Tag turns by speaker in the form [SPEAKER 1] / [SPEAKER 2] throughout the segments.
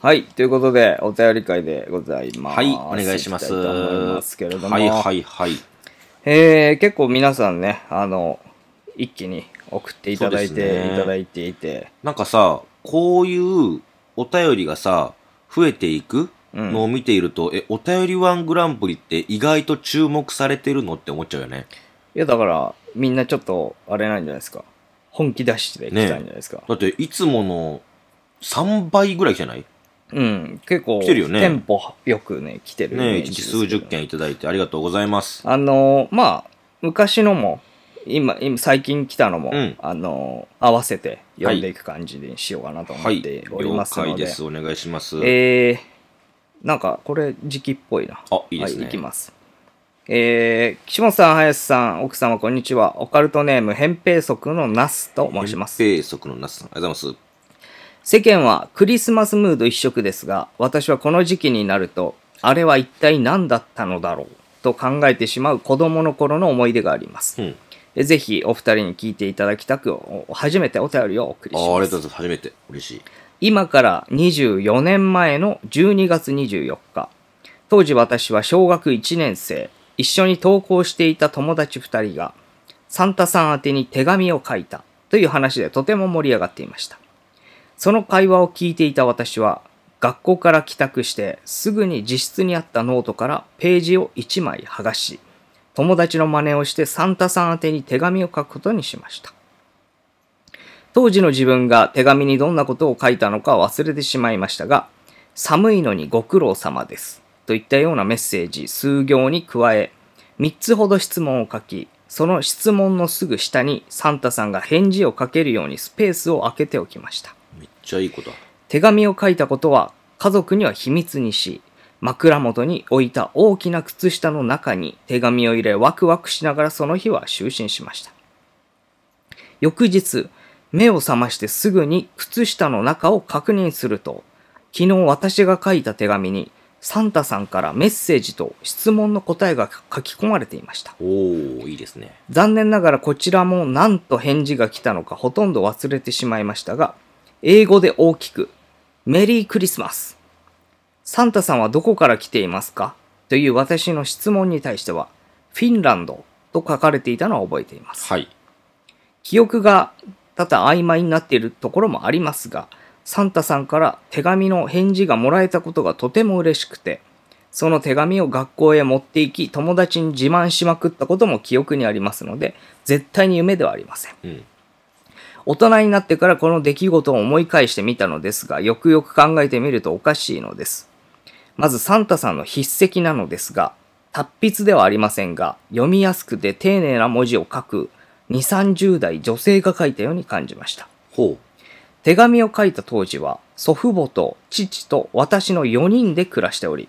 [SPEAKER 1] はい。ということで、お便り会でございます。
[SPEAKER 2] はい、お願いします。
[SPEAKER 1] きたと思いますけれども。
[SPEAKER 2] はいはいはい。
[SPEAKER 1] えー結構皆さんね、あの、一気に送っていただい
[SPEAKER 2] そう
[SPEAKER 1] て、
[SPEAKER 2] ですね
[SPEAKER 1] いただいていて、
[SPEAKER 2] なんかさ、こういうお便りがさ、増えていく
[SPEAKER 1] うん
[SPEAKER 2] のを見ていると、え、お便りワングランプリって意外と注目されてるのって思っちゃうよね。
[SPEAKER 1] いや、だから、みんなちょっと、あれなんじゃないですか。本気出してきたんじゃないですか。
[SPEAKER 2] だって、いつもの3倍ぐらい来てない
[SPEAKER 1] うん。結構、
[SPEAKER 2] 来てるよね
[SPEAKER 1] テンポよくね、来てるイメー
[SPEAKER 2] ね
[SPEAKER 1] ジ
[SPEAKER 2] 一日
[SPEAKER 1] ですけど
[SPEAKER 2] 数十件いただいてありがとうございます。
[SPEAKER 1] あの、まあ、昔のも、今、今最近来たのも、
[SPEAKER 2] うん
[SPEAKER 1] あの、合わせて読んでいく感じにしようかなと思
[SPEAKER 2] は
[SPEAKER 1] っ
[SPEAKER 2] い、
[SPEAKER 1] ており
[SPEAKER 2] 了
[SPEAKER 1] ます
[SPEAKER 2] 解
[SPEAKER 1] ので。
[SPEAKER 2] です。お願いします。
[SPEAKER 1] えー、なんか、これ、時期っぽいな。
[SPEAKER 2] あ、いいです
[SPEAKER 1] はい、
[SPEAKER 2] ね。
[SPEAKER 1] いきます。えー、岸本さん、林さん、奥様、こんにちは。オカルトネーム、扁平足のナスと申します。
[SPEAKER 2] 扁平足のナスさん、ありがとうございます。
[SPEAKER 1] 世間はクリスマスムード一色ですが、私はこの時期になると、あれは一体何だったのだろうと考えてしまう子供の頃の思い出があります。
[SPEAKER 2] うん。
[SPEAKER 1] えぜひお二人に聞いていただきたく、お初めてお便りをお送り
[SPEAKER 2] あ
[SPEAKER 1] し
[SPEAKER 2] ー、あ
[SPEAKER 1] ま
[SPEAKER 2] りがと
[SPEAKER 1] す
[SPEAKER 2] うござい。ます。初めて。嬉しい。
[SPEAKER 1] 今から24年前の12月24日、当時私は小学1年生、一緒に登校していた友達2人が、サンタさん宛てに手紙を書いたという話でとても盛り上がっていました。その会話を聞いていた私は、学校から帰宅してすぐに自室にあったノートからページを1枚剥がし、友達の真似をしてサンタさん宛てに手紙を書くことにしました。当時の自分が手紙にどんなことを書いたのか忘れてしまいましたが、寒いのにご苦労様です。といったようなメッセージ数行に加え、3つほど質問を書き、その質問のすぐ下にサンタさんが返事を書けるようにスペースを空けておきました。
[SPEAKER 2] めっちゃいいことだ。
[SPEAKER 1] 手紙を書いたことは家族には秘密にし、枕元に置いた大きな靴下の中に手紙を入れワクワクしながらその日は就寝しました。翌日、目を覚ましてすぐに靴下の中を確認すると、昨日私が書いた手紙にサンタさんからメッセージと質問の答えが書き込まれていました。
[SPEAKER 2] おー、いいですね。
[SPEAKER 1] 残念ながらこちらも何と返事が来たのかほとんど忘れてしまいましたが、英語で大きく、メリークリスマス。サンタさんはどこから来ていますかという私の質問に対しては、フィンランドと書かれていたのを覚えています。
[SPEAKER 2] はい。
[SPEAKER 1] 記憶が多々曖昧になっているところもありますが、サンタさんから手紙の返事がもらえたことがとても嬉しくて、その手紙を学校へ持って行き、友達に自慢しまくったことも記憶にありますので、絶対に夢ではありません。
[SPEAKER 2] うん。
[SPEAKER 1] 大人になってからこの出来事を思い返してみたのですが、よくよく考えてみるとおかしいのです。まずサンタさんの筆跡なのですが、達筆ではありませんが、読みやすくて丁寧な文字を書く2、30代女性が書いたように感じました。
[SPEAKER 2] ほ
[SPEAKER 1] 手紙を書いた当時は、祖父母と父と私の4人で暮らしており、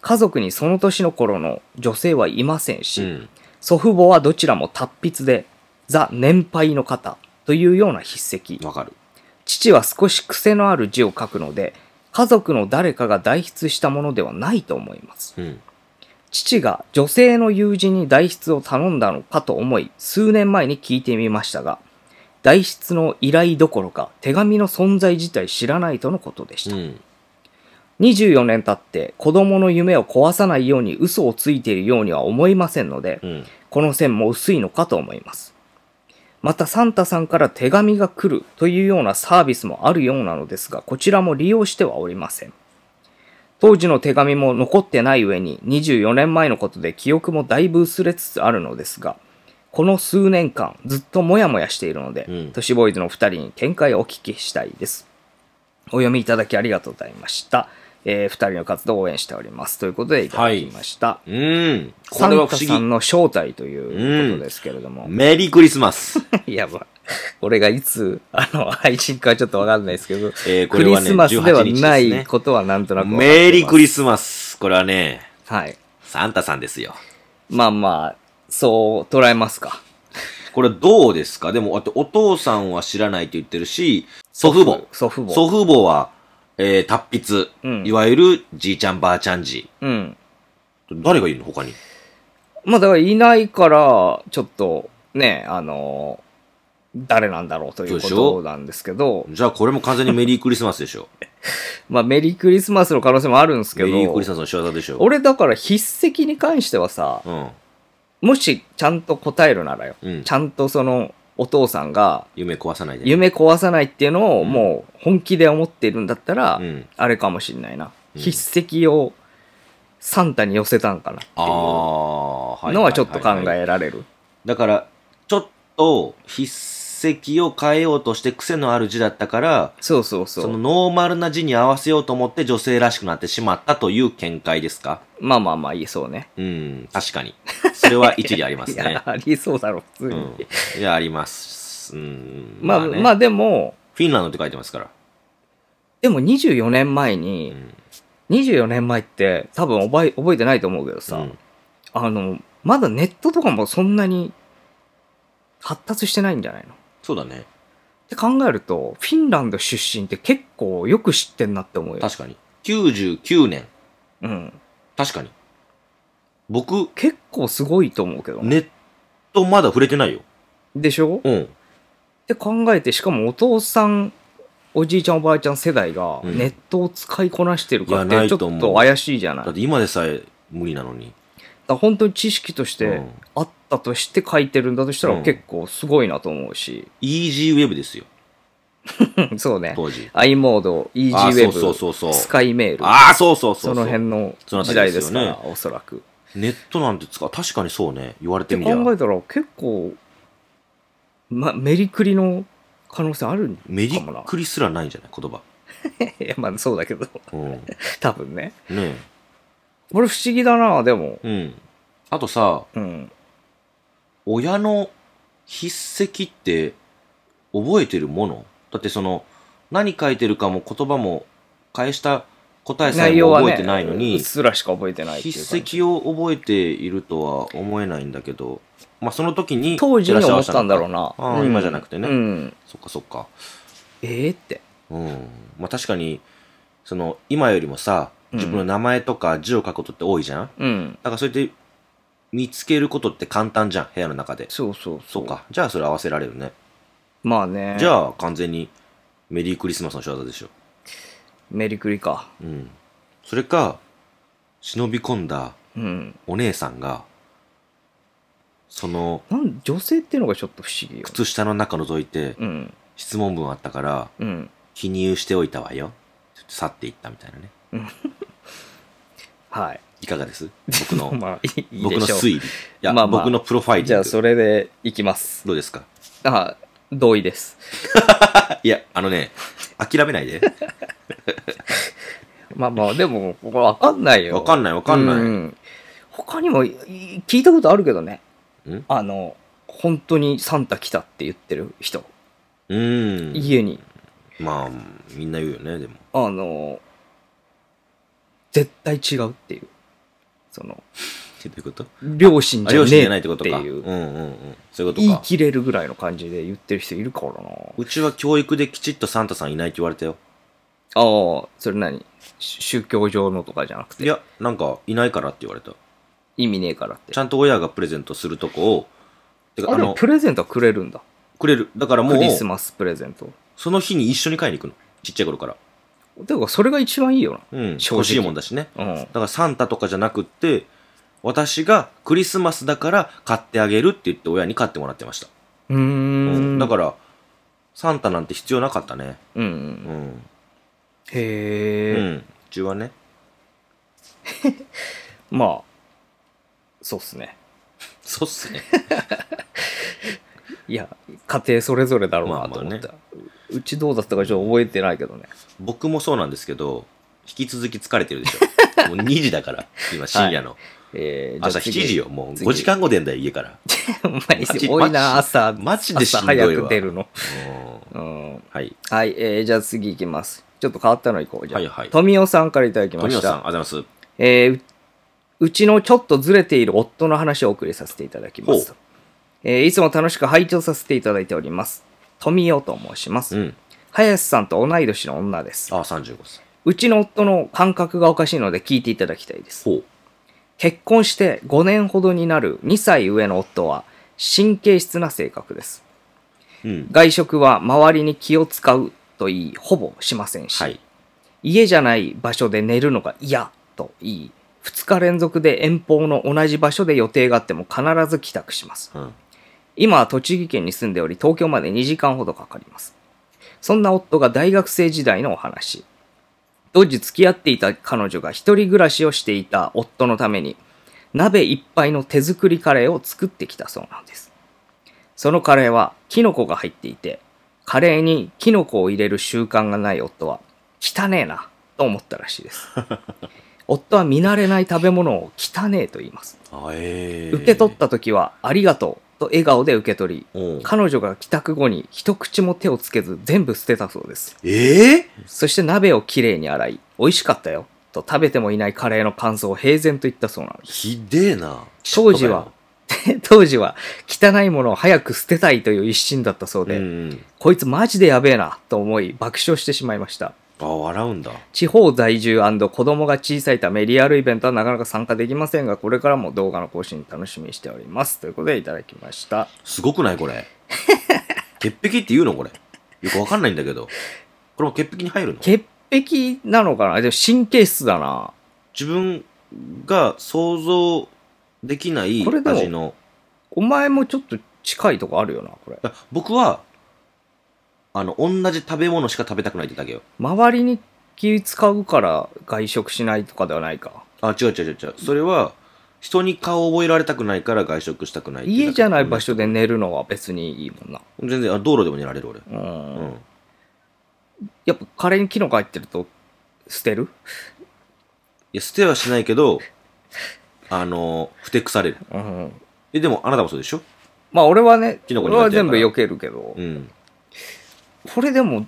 [SPEAKER 1] 家族にその年の頃の女性はいません
[SPEAKER 2] う。
[SPEAKER 1] し、
[SPEAKER 2] うん。
[SPEAKER 1] 祖父母はどちらも達筆で、ザ年配の方というような筆跡。
[SPEAKER 2] わかる。
[SPEAKER 1] 父は少し癖のある字を書くので、家族の誰かが代筆したものではないと思います。
[SPEAKER 2] うん。
[SPEAKER 1] 父が女性の友人に代筆を頼んだのかと思い、数年前に聞いてみましたが、代筆の依頼どころか手紙の存在自体知らないとのことでし
[SPEAKER 2] う
[SPEAKER 1] た。
[SPEAKER 2] ん。
[SPEAKER 1] 24年経って子供の夢を壊さないように嘘をついているようには思いませんので、
[SPEAKER 2] うん。
[SPEAKER 1] この線も薄いのかと思います。またサンタさんから手紙が来るというようなサービスもあるようなのですが、こちらも利用してはおりません。当時の手紙も残ってない上に24年前のことで記憶もだいぶ薄れつつあるのですが、この数年間ずっとモヤモヤしているので、
[SPEAKER 2] うん
[SPEAKER 1] 都市ボーイズの2人に見解をお聞きしたいです。お読みいただきありがとうございました。え2人の活動を応援しております。ということでいただきました。
[SPEAKER 2] うん。こ
[SPEAKER 1] サ
[SPEAKER 2] れは
[SPEAKER 1] ン
[SPEAKER 2] 不
[SPEAKER 1] タ
[SPEAKER 2] 思
[SPEAKER 1] さん
[SPEAKER 2] 議。
[SPEAKER 1] の正体ということですけれども。
[SPEAKER 2] メリークリスマ ス。
[SPEAKER 1] やば。これがいつ、あの、配信かちょっとわかんないですけど、
[SPEAKER 2] えーこ
[SPEAKER 1] ク
[SPEAKER 2] れ
[SPEAKER 1] リ
[SPEAKER 2] はね
[SPEAKER 1] スマスではな
[SPEAKER 2] 18日です
[SPEAKER 1] い
[SPEAKER 2] ね
[SPEAKER 1] ことはなんとなくわかってます
[SPEAKER 2] メリークリスマス。これはね、
[SPEAKER 1] はい。
[SPEAKER 2] サンタさんですよ。
[SPEAKER 1] まあまあ、そう捉えますか。
[SPEAKER 2] これどうですかでも、あとお父さんは知らないと言ってるし、祖父母。
[SPEAKER 1] 祖父母。
[SPEAKER 2] 祖父母は、えー、達筆。
[SPEAKER 1] うん
[SPEAKER 2] いわゆる、じいちゃんばあちゃんじ。
[SPEAKER 1] うん。
[SPEAKER 2] 誰がいるの他に。
[SPEAKER 1] まあだからいないから、ちょっと、ね、あの、誰なんだろうというこ
[SPEAKER 2] そうでしょ
[SPEAKER 1] となんですけど、
[SPEAKER 2] じゃあこれも完全にメリークリスマス でしょ。
[SPEAKER 1] まあメリークリスマスの可能性もあるんですけ
[SPEAKER 2] メ
[SPEAKER 1] ど、
[SPEAKER 2] リークリスマスの仕業でしょ。
[SPEAKER 1] 俺だから筆跡に関してはさ、
[SPEAKER 2] うん。
[SPEAKER 1] もしちゃんと答えるならよ、
[SPEAKER 2] うん
[SPEAKER 1] ちゃんとそのお父さんが
[SPEAKER 2] 夢壊さないでね。
[SPEAKER 1] 夢壊さないっていうのをもう本気で思ってるんだったら、
[SPEAKER 2] うん。
[SPEAKER 1] あれかもしんないな、
[SPEAKER 2] うん
[SPEAKER 1] 筆跡をサンタに寄せたんかなってい
[SPEAKER 2] あ
[SPEAKER 1] う
[SPEAKER 2] あ、はい
[SPEAKER 1] のはちょっと考
[SPEAKER 2] はいはいはい
[SPEAKER 1] えられる。
[SPEAKER 2] だから、ちょっと筆跡を変えようとして癖のある字だったから、
[SPEAKER 1] そうそう
[SPEAKER 2] そ
[SPEAKER 1] そ
[SPEAKER 2] の
[SPEAKER 1] う。
[SPEAKER 2] ノーマルな字に合わせようと思って女性らしくなってしまったという見解ですか
[SPEAKER 1] まあまあまあ、いいそうね。
[SPEAKER 2] うん、確かに。それは一理ありま す
[SPEAKER 1] いや
[SPEAKER 2] ね、。
[SPEAKER 1] ありそうだろ、普通
[SPEAKER 2] う
[SPEAKER 1] に。
[SPEAKER 2] ん。いや、あります。うん。
[SPEAKER 1] まあ、まあ、
[SPEAKER 2] ね
[SPEAKER 1] でも、
[SPEAKER 2] フィンランドって書いてますから。
[SPEAKER 1] でも24年前
[SPEAKER 2] う
[SPEAKER 1] に、
[SPEAKER 2] ん。
[SPEAKER 1] 24年前って多分覚え覚えてないと思うけどさ、
[SPEAKER 2] うん
[SPEAKER 1] あの、まだネットとかもそんなに発達してないんじゃないのっ
[SPEAKER 2] そうだね。
[SPEAKER 1] て考えると、フィンランド出身って結構よく知ってんなって思うよ。
[SPEAKER 2] 確かに。99年。
[SPEAKER 1] うん。
[SPEAKER 2] 確かに。僕、
[SPEAKER 1] 結構すごいと思うけど。
[SPEAKER 2] ネットまだ触れてないよ。
[SPEAKER 1] でしょ
[SPEAKER 2] うん。
[SPEAKER 1] って考えてしかもお父さんおじいちゃんおばあちゃん世代が
[SPEAKER 2] うん
[SPEAKER 1] ネットを使いこなしてるかっ
[SPEAKER 2] いやな
[SPEAKER 1] て
[SPEAKER 2] い
[SPEAKER 1] ちょ
[SPEAKER 2] と
[SPEAKER 1] っ
[SPEAKER 2] 思う
[SPEAKER 1] と怪しいじゃない
[SPEAKER 2] だって今でさえ無理なのに。
[SPEAKER 1] だから本当に知識とし
[SPEAKER 2] う
[SPEAKER 1] て
[SPEAKER 2] ん
[SPEAKER 1] あったとして書いてるんだとした
[SPEAKER 2] う
[SPEAKER 1] ら
[SPEAKER 2] ん
[SPEAKER 1] 結構すごいなと思うし、
[SPEAKER 2] イージーウェブですよ、
[SPEAKER 1] うんそうね
[SPEAKER 2] 当時。
[SPEAKER 1] i モード
[SPEAKER 2] あ
[SPEAKER 1] EasyWeb
[SPEAKER 2] ーそうそうそうそう
[SPEAKER 1] スカイメール
[SPEAKER 2] ああ、そうそうそうう。
[SPEAKER 1] その辺の
[SPEAKER 2] その
[SPEAKER 1] 時
[SPEAKER 2] 辺
[SPEAKER 1] 代
[SPEAKER 2] り
[SPEAKER 1] で
[SPEAKER 2] で
[SPEAKER 1] す
[SPEAKER 2] よ
[SPEAKER 1] す
[SPEAKER 2] ね
[SPEAKER 1] からおそらくっ
[SPEAKER 2] ネットなんて使う。確かにそうね。言われて
[SPEAKER 1] て
[SPEAKER 2] みりゃ。
[SPEAKER 1] 考えたら結構、ま、メリクリの可能性あるんかもな
[SPEAKER 2] メリックリすらないんじゃない言葉。
[SPEAKER 1] いやまあそうだけど
[SPEAKER 2] うん。ね
[SPEAKER 1] 多分ね
[SPEAKER 2] え。
[SPEAKER 1] これ不思議だなでも
[SPEAKER 2] うん。あとさ、
[SPEAKER 1] うん
[SPEAKER 2] 親の筆跡って覚えてるものだってその、何書いてるかも言葉も返した答えさえ
[SPEAKER 1] 内容
[SPEAKER 2] も
[SPEAKER 1] はね
[SPEAKER 2] 覚えてないの
[SPEAKER 1] う
[SPEAKER 2] に、
[SPEAKER 1] っすらしか覚えてないっていう感じ
[SPEAKER 2] 筆跡を覚えているとは思えないんだけど、まあその時に
[SPEAKER 1] 当時
[SPEAKER 2] 照ら
[SPEAKER 1] に
[SPEAKER 2] し合
[SPEAKER 1] 思
[SPEAKER 2] わ
[SPEAKER 1] っ
[SPEAKER 2] せ
[SPEAKER 1] たんだろう
[SPEAKER 2] のか
[SPEAKER 1] な。
[SPEAKER 2] ああ
[SPEAKER 1] うん
[SPEAKER 2] 今じゃなくてね
[SPEAKER 1] うん
[SPEAKER 2] そっかそっか。
[SPEAKER 1] ええって。
[SPEAKER 2] うん。まあ確かに、その、今よりもさ、
[SPEAKER 1] うん
[SPEAKER 2] 自分の名前とか字を書くことって多いじゃん、だ
[SPEAKER 1] うん。
[SPEAKER 2] からそれで見つけることって簡単じゃん、部屋の中で。
[SPEAKER 1] そうそう
[SPEAKER 2] そっ。か。じゃあそれ合わせられるね。
[SPEAKER 1] まあね。
[SPEAKER 2] じゃあ完全にメリークリスマスの仕業でしょ。
[SPEAKER 1] メリクリか。
[SPEAKER 2] うん。それか、忍び込んだ
[SPEAKER 1] うん。
[SPEAKER 2] お姉さんが、その、
[SPEAKER 1] なん女性っていうのがちょっと不思議よ。
[SPEAKER 2] 靴下の中覗いて、
[SPEAKER 1] うん。
[SPEAKER 2] 質問文あったから、
[SPEAKER 1] うん。
[SPEAKER 2] 記入しておいたわよ。ちょっと去っていったみたいなね。
[SPEAKER 1] はい。
[SPEAKER 2] いかがです僕の、
[SPEAKER 1] まあ、いいいい
[SPEAKER 2] 僕
[SPEAKER 1] で
[SPEAKER 2] の
[SPEAKER 1] しょ
[SPEAKER 2] 推理。いや、
[SPEAKER 1] まあまあ
[SPEAKER 2] 僕のプロファイリン
[SPEAKER 1] う。
[SPEAKER 2] グ。
[SPEAKER 1] じゃあ、それでいきます。
[SPEAKER 2] どうですか
[SPEAKER 1] あ同意です。
[SPEAKER 2] いや、あのね、諦めな いで。
[SPEAKER 1] まあまあ、でも、これわかんないよ。
[SPEAKER 2] わかんない、わかん
[SPEAKER 1] う
[SPEAKER 2] ない。
[SPEAKER 1] ん他にもいい聞いたことあるけどね。
[SPEAKER 2] ん
[SPEAKER 1] あの、本当にサンタ来たって言ってる人。
[SPEAKER 2] うん。
[SPEAKER 1] 家に。
[SPEAKER 2] まあ、みんな言うよね、でも。
[SPEAKER 1] あの、絶対違うっていう。その、
[SPEAKER 2] どういうこと
[SPEAKER 1] 両親
[SPEAKER 2] あ
[SPEAKER 1] じゃ
[SPEAKER 2] 両
[SPEAKER 1] ね
[SPEAKER 2] 親じゃな
[SPEAKER 1] え
[SPEAKER 2] いっ
[SPEAKER 1] ってい
[SPEAKER 2] てことか。
[SPEAKER 1] う、
[SPEAKER 2] うんうんうん。そういうこと
[SPEAKER 1] 言い
[SPEAKER 2] か。
[SPEAKER 1] 切れるぐらいの感じで言ってる人いるからな。
[SPEAKER 2] うちは教育できちっとサンタさんいないって言われたよ。
[SPEAKER 1] ああ、それ何し宗教上のとかじゃなく
[SPEAKER 2] い
[SPEAKER 1] て、
[SPEAKER 2] や、なんか、いないからって言われた。
[SPEAKER 1] 意味ねえからって
[SPEAKER 2] ち。ゃんと親がプレゼントするとこを、てか、
[SPEAKER 1] あ、
[SPEAKER 2] あ
[SPEAKER 1] でも
[SPEAKER 2] の、
[SPEAKER 1] プレゼントはくれるんだ。
[SPEAKER 2] くれる。だからも
[SPEAKER 1] ク
[SPEAKER 2] う、
[SPEAKER 1] リスマスプレゼント。
[SPEAKER 2] その日に一緒に買いに行くの。ちっちゃい頃から。
[SPEAKER 1] てか、それが一番いいよ
[SPEAKER 2] うん。
[SPEAKER 1] 正直
[SPEAKER 2] 欲しいもんだしね。
[SPEAKER 1] な。うん
[SPEAKER 2] だ。からサンタとかじゃなくって、私がクリスマスだから買ってあげるって言って親に買ってもらってました。
[SPEAKER 1] うーん。、
[SPEAKER 2] だからら、サンタなんて必要なかったね。
[SPEAKER 1] うんう。
[SPEAKER 2] うんん。う
[SPEAKER 1] へえ、
[SPEAKER 2] ん。うちはね。
[SPEAKER 1] まあ、そうっすね。
[SPEAKER 2] そうっすね。
[SPEAKER 1] いや、家庭それぞれだろう
[SPEAKER 2] ま
[SPEAKER 1] な
[SPEAKER 2] あまあ
[SPEAKER 1] と思った。
[SPEAKER 2] ね
[SPEAKER 1] ううちどうだったかちょっと覚えてないけどね。
[SPEAKER 2] 僕もそうなんですけど、引き続き疲れてるでし ょ。もう2時だから、今深夜の。
[SPEAKER 1] えー、じゃあ
[SPEAKER 2] 朝7
[SPEAKER 1] 次
[SPEAKER 2] 時よ。もう
[SPEAKER 1] 次
[SPEAKER 2] 5時間後出んだよ、家から。
[SPEAKER 1] お前
[SPEAKER 2] マジ
[SPEAKER 1] 多いな、
[SPEAKER 2] マ
[SPEAKER 1] 朝。
[SPEAKER 2] マジでしんどいわ
[SPEAKER 1] 朝早く出るの。
[SPEAKER 2] う
[SPEAKER 1] う
[SPEAKER 2] ん
[SPEAKER 1] ん。
[SPEAKER 2] はい。
[SPEAKER 1] はい、えー、じゃあ次行きます。ちょっと変わったの行こう。じゃあ、
[SPEAKER 2] はいはい
[SPEAKER 1] 富尾さんからいただきま
[SPEAKER 2] 富野
[SPEAKER 1] し
[SPEAKER 2] さん、あ
[SPEAKER 1] た。
[SPEAKER 2] りがとうございま
[SPEAKER 1] えーううちのちょっとずれている夫の話をお送りさせていただきます
[SPEAKER 2] ほ。。
[SPEAKER 1] えーいつも楽しく拝聴させていただいております。富尾と申しますす。
[SPEAKER 2] うん。
[SPEAKER 1] 林さんと同い年の女です。
[SPEAKER 2] あ、35歳。
[SPEAKER 1] うちの夫の感覚がおかしいので聞いていただきたいです。
[SPEAKER 2] ほう。
[SPEAKER 1] 結婚して5年ほどになる2歳上の夫は神経質な性格です。
[SPEAKER 2] うん。
[SPEAKER 1] 外食は周りに気を使うと言い、ほぼしませんし、
[SPEAKER 2] はい。
[SPEAKER 1] 家じゃない場所で寝るのが嫌と言い、2日連続で遠方の同じ場所で予定があっても必ず帰宅します。
[SPEAKER 2] うん。
[SPEAKER 1] 今は栃木県に住んでおり、東京まで2時間ほどかかります。そんな夫が大学生時代のお話。当時付き合っていた彼女が一人暮らしをしていた夫のために、鍋いっぱいの手作りカレーを作ってきたそうなんです。そのカレーはキノコが入っていて、カレーにキノコを入れる習慣がない夫は、汚ねえな、と思ったらしいです。夫は見慣れない食べ物を汚ねえと言います。
[SPEAKER 2] あえー、
[SPEAKER 1] 受け取っ。た時は、ありがとうと笑顔で受け取り、
[SPEAKER 2] うん。
[SPEAKER 1] 彼女が帰宅後に一口も手をつけず全部捨てたそうです。
[SPEAKER 2] ええ
[SPEAKER 1] そして鍋をきれいに洗い、美味しかったよ、と食べてもいないカレーの感想を平然と言ったそうなんです。
[SPEAKER 2] ひでえな。
[SPEAKER 1] 当時は、 当時は汚いものを早く捨てたいという一心だったそう
[SPEAKER 2] うん
[SPEAKER 1] で、
[SPEAKER 2] うん。
[SPEAKER 1] こいつマジでやべえな、と思い爆笑してしまいました。
[SPEAKER 2] あ、笑うんだ。
[SPEAKER 1] 地方在住子供が小さいためリアルイベントはなかなか参加できませんが、これからも動画の更新楽しみにしております。ということでいただきました。
[SPEAKER 2] すごくないこれ。 潔癖って言うのこれ。よくわかんないんだけど。これも潔癖に入るの
[SPEAKER 1] 潔癖なのかなでも神経質だな。
[SPEAKER 2] 自分が想像できない
[SPEAKER 1] これでも
[SPEAKER 2] 味の。
[SPEAKER 1] お前もちょっと近いとこあるよな、これ。
[SPEAKER 2] いや僕は、あの、同じ食べ物しか食べたくないってだけよ。
[SPEAKER 1] 周りに気使うから外食しないとかではないか。
[SPEAKER 2] あ、違う違う違う違う。それは、人に顔を覚えられたくないから外食したくないってだけ
[SPEAKER 1] 家じゃない場所で寝るのは別にいいもんな。
[SPEAKER 2] うん全然、あ道路でも寝られる俺。
[SPEAKER 1] う。
[SPEAKER 2] うんん。
[SPEAKER 1] やっぱカレーにキノコ入ってると捨てる
[SPEAKER 2] いや、捨てはしないけど、あの、ふてくされる。
[SPEAKER 1] うん。
[SPEAKER 2] え、でもあなたもそうでしょ
[SPEAKER 1] まあ俺はね、
[SPEAKER 2] キノコ
[SPEAKER 1] 俺
[SPEAKER 2] 苦手
[SPEAKER 1] は
[SPEAKER 2] だから
[SPEAKER 1] 全部避けるけど、
[SPEAKER 2] うん。
[SPEAKER 1] これでも、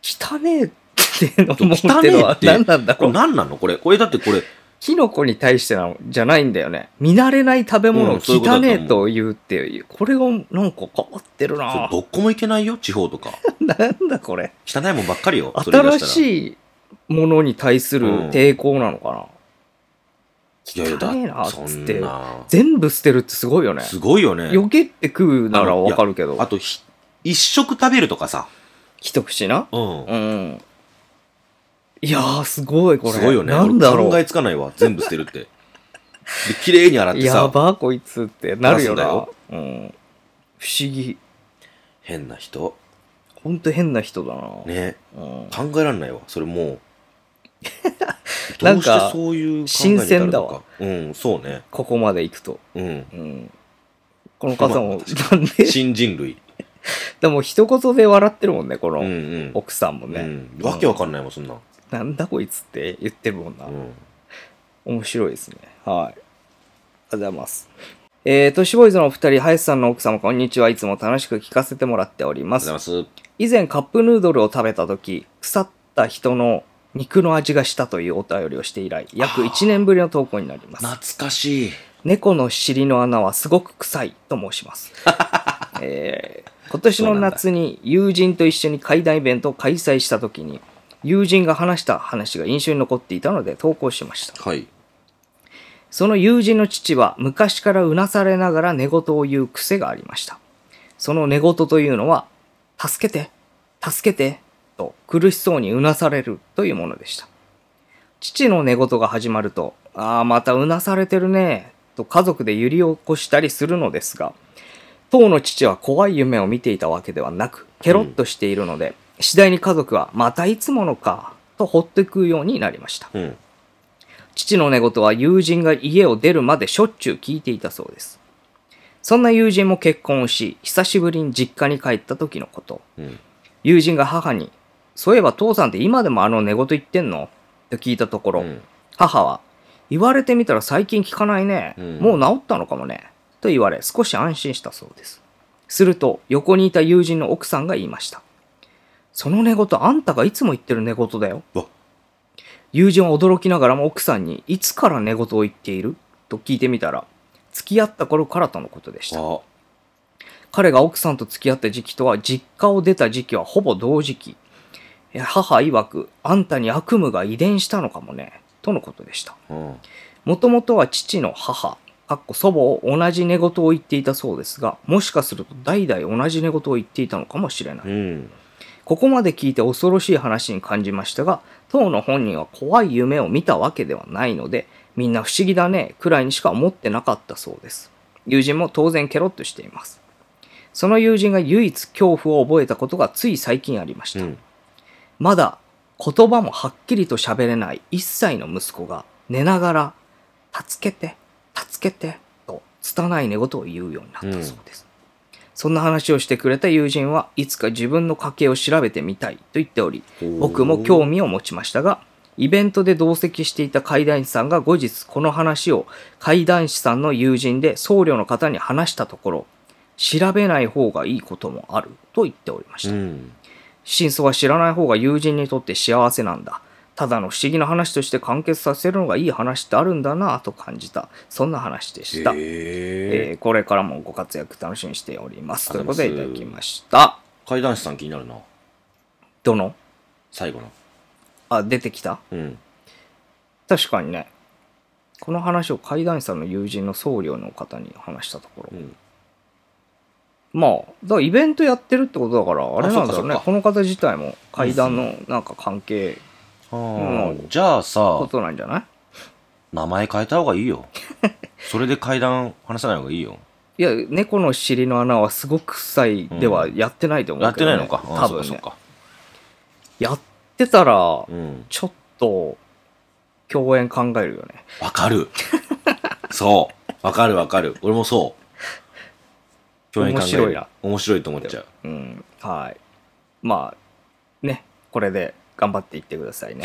[SPEAKER 1] 汚ねえって思
[SPEAKER 2] 汚ねえって
[SPEAKER 1] ってるのは何なんだ
[SPEAKER 2] こ
[SPEAKER 1] ろ
[SPEAKER 2] れ
[SPEAKER 1] う。
[SPEAKER 2] 何なのこれ。これだってこれ、
[SPEAKER 1] キノコに対してなのじゃないんだよね。見慣れない食べ物を
[SPEAKER 2] うんそういうこと
[SPEAKER 1] 汚
[SPEAKER 2] だと思う
[SPEAKER 1] ねえと言うっていう、これをなんか変わってる
[SPEAKER 2] そう
[SPEAKER 1] な
[SPEAKER 2] どっこも行けないよ、地方とか。
[SPEAKER 1] なんだこれ。
[SPEAKER 2] 汚いもんばっかりよ。それ言い
[SPEAKER 1] 新
[SPEAKER 2] 出たら
[SPEAKER 1] しいものに対する抵抗なのかな、
[SPEAKER 2] いやいや、
[SPEAKER 1] 汚ねえな
[SPEAKER 2] だ
[SPEAKER 1] っ
[SPEAKER 2] そ
[SPEAKER 1] つっ
[SPEAKER 2] ん
[SPEAKER 1] て
[SPEAKER 2] な。
[SPEAKER 1] 全部捨てるってすごいよね
[SPEAKER 2] すごいよね。
[SPEAKER 1] 避けて食うならわかるけど
[SPEAKER 2] あと、ひ一食食べるとかさ。
[SPEAKER 1] 一口な
[SPEAKER 2] うん。
[SPEAKER 1] うんいやーすごいこれ
[SPEAKER 2] すごいよね。
[SPEAKER 1] なんだろ
[SPEAKER 2] 俺考
[SPEAKER 1] う
[SPEAKER 2] えつかないわ。全部捨てるって。で、綺麗に洗って
[SPEAKER 1] や
[SPEAKER 2] さ、
[SPEAKER 1] ばこいつってなるよな
[SPEAKER 2] 出すんだよ
[SPEAKER 1] うん、不思議
[SPEAKER 2] 変な人。
[SPEAKER 1] ほんと変な人だな、
[SPEAKER 2] ね。
[SPEAKER 1] うん、
[SPEAKER 2] 考えられないわ。それもう。
[SPEAKER 1] な
[SPEAKER 2] ど
[SPEAKER 1] ん
[SPEAKER 2] う
[SPEAKER 1] か
[SPEAKER 2] してそういう考えに
[SPEAKER 1] 新鮮だ
[SPEAKER 2] 至
[SPEAKER 1] わ
[SPEAKER 2] るのか。うん、そうね。
[SPEAKER 1] ここまで行くと、
[SPEAKER 2] うん。
[SPEAKER 1] うん、この方も
[SPEAKER 2] ま
[SPEAKER 1] なんで
[SPEAKER 2] 新人類。
[SPEAKER 1] でも一言で笑ってるもんねこの、
[SPEAKER 2] うんうん。
[SPEAKER 1] 奥さんもね、
[SPEAKER 2] うん。わけわかんないもん、そんなん。
[SPEAKER 1] なんだこいつって言ってるもんな、
[SPEAKER 2] うん。
[SPEAKER 1] 面白いですねはいありがとうございますえー、トシボーイズのお二人、林さんの奥様、こんにちは。いつも楽しく聞かせてもらっており
[SPEAKER 2] あ
[SPEAKER 1] ま
[SPEAKER 2] り
[SPEAKER 1] す。
[SPEAKER 2] がとうございます。
[SPEAKER 1] 以前、カップヌードルを食べた時腐った人の肉の味がしたというお便りをして以来、約1年ぶりの投稿になります。
[SPEAKER 2] 懐かしい。
[SPEAKER 1] 猫の尻の穴はすごく臭いと申し ます。えー今年の夏に友人と一緒に怪談イベントを開催した時に、友人が話した話が印象に残っていたので投稿しました。
[SPEAKER 2] はい。
[SPEAKER 1] その友人の父は昔からうなされながら寝言を言う癖がありました。その寝言というのは、助けて、助けて、と苦しそうにうなされるというものでした。父の寝言が始まると、ああ、またうなされてるね、と家族で揺り起こしたりするのですが、当の父は怖い夢を見ていたわけではなく、ケロッとしているので、次第に家族は、またいつものか、とほっとくようになりました。
[SPEAKER 2] うん。
[SPEAKER 1] 父の寝言は友人が家を出るまでしょっちゅう聞いていたそうです。そんな友人も結婚をし、久しぶりに実家に帰った時のこと。
[SPEAKER 2] うん。
[SPEAKER 1] 友人が母に、そういえば父さんって今でもあの寝言言ってんのと聞いたところ、
[SPEAKER 2] うん
[SPEAKER 1] 母は、言われてみたら最近聞かないね。
[SPEAKER 2] うん
[SPEAKER 1] もう治ったのかもね。と言われ、少し安心したそうです。すると、横にいた友人の奥さんが言いました。その寝言、あんたがいつも言ってる寝言だよ
[SPEAKER 2] うわ。
[SPEAKER 1] 友人は驚きながらも奥さんに、いつから寝言を言っていると聞いてみたら、付き合った頃からとのことでした。
[SPEAKER 2] あ、
[SPEAKER 1] 彼が奥さんと付き合った時期とは実家を出た時期はほぼ同時期え母曰くあんたに悪夢が遺伝したのかもねとのことでした
[SPEAKER 2] うん。
[SPEAKER 1] もともとは父の母かっこ祖母を同じ寝言を言っていたそうですが、もしかすると代々同じ寝言を言っていたのかもしれない。
[SPEAKER 2] うん。
[SPEAKER 1] ここまで聞いて恐ろしい話に感じましたが、当の本人は怖い夢を見たわけではないので、みんな不思議だね、くらいにしか思ってなかったそうです。友人も当然ケロッとしています。その友人が唯一恐怖を覚えたことがつい最近ありまし
[SPEAKER 2] う
[SPEAKER 1] た。
[SPEAKER 2] ん。
[SPEAKER 1] まだ言葉もはっきりと喋れない1歳の息子が寝ながら、助けて、助けて、と拙い寝言を言うようになったそうです。そんな話をしてくれた友人はいつか自分の家系を調べてみたいと言っており、僕も興味を持ちましたが、イベントで同席していた怪談師さんが後日この話を怪談師さんの友人で僧侶の方に話したところ、調べない方がいいこともあると言っておりました
[SPEAKER 2] う。ん。
[SPEAKER 1] 真相は知らない方が友人にとって幸せなんだ。ただの不思議な話として完結させるのがいい話ってあるんだなぁと感じた。そんな話でした。え
[SPEAKER 2] ええ
[SPEAKER 1] ーこれからもご活躍楽しみにしております。
[SPEAKER 2] あ
[SPEAKER 1] ということで
[SPEAKER 2] あ
[SPEAKER 1] い
[SPEAKER 2] り
[SPEAKER 1] ただ
[SPEAKER 2] がとうござ
[SPEAKER 1] き
[SPEAKER 2] い
[SPEAKER 1] ました。
[SPEAKER 2] 怪談師さん気になるな。
[SPEAKER 1] どの
[SPEAKER 2] 最後の。
[SPEAKER 1] あ、出てきた
[SPEAKER 2] うん。
[SPEAKER 1] 確かにね。この話を怪談師さんの友人の僧侶の方に話したところ
[SPEAKER 2] う。ん。
[SPEAKER 1] まあ、だからイベントやってるってことだから、あれなんだろう
[SPEAKER 2] あそっかそっ
[SPEAKER 1] ね
[SPEAKER 2] か。
[SPEAKER 1] この方自体も怪談のなんか関係
[SPEAKER 2] ああ
[SPEAKER 1] うん
[SPEAKER 2] じゃあ
[SPEAKER 1] こ
[SPEAKER 2] さ、
[SPEAKER 1] となんじゃない
[SPEAKER 2] 名前変えた方がいいよ。それで怪談話さない方がいい よ。
[SPEAKER 1] いや、猫の尻の穴はすごく臭いではやってないと思
[SPEAKER 2] や
[SPEAKER 1] う
[SPEAKER 2] っ
[SPEAKER 1] け
[SPEAKER 2] て
[SPEAKER 1] ど、ね
[SPEAKER 2] ないのか。あ
[SPEAKER 1] 多
[SPEAKER 2] あそ
[SPEAKER 1] 分、
[SPEAKER 2] っかそっ
[SPEAKER 1] ね、
[SPEAKER 2] か。
[SPEAKER 1] やってたら
[SPEAKER 2] う、ん。
[SPEAKER 1] ちょっと、共演考えるよね。
[SPEAKER 2] わかる。そう。わかるわかる。俺もそう。共演考える
[SPEAKER 1] 面白いな。
[SPEAKER 2] 面白いと思っちゃう。
[SPEAKER 1] うん、はい。まあ、ね、これで頑張っていってくださいね。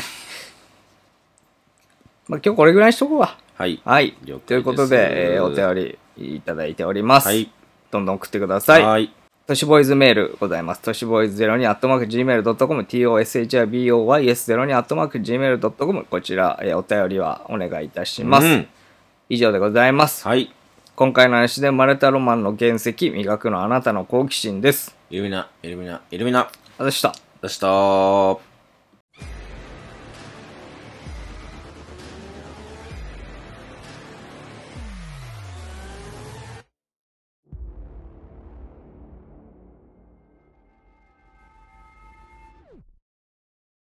[SPEAKER 1] まあ、今日これぐらいにしとこうわ。
[SPEAKER 2] はい。
[SPEAKER 1] はい。
[SPEAKER 2] 了解です
[SPEAKER 1] ということで、えーお便りいただいております。
[SPEAKER 2] はい。
[SPEAKER 1] どんどん送ってください。
[SPEAKER 2] はい。
[SPEAKER 1] 都市ボーイズメールございます。都市ボーイズ0にアットマーク Gmail.com、toshiboys0 にアットマーク Gmail.com、こちら、えーお便りはお願いいたします。
[SPEAKER 2] うん
[SPEAKER 1] 以上でございます。
[SPEAKER 2] はい。
[SPEAKER 1] 今回の話で生まれたロマンの原石、磨くのあなたの好奇心です。
[SPEAKER 2] イルミナ、イルミナ、イルミナ。
[SPEAKER 1] あでした。
[SPEAKER 2] 出したー。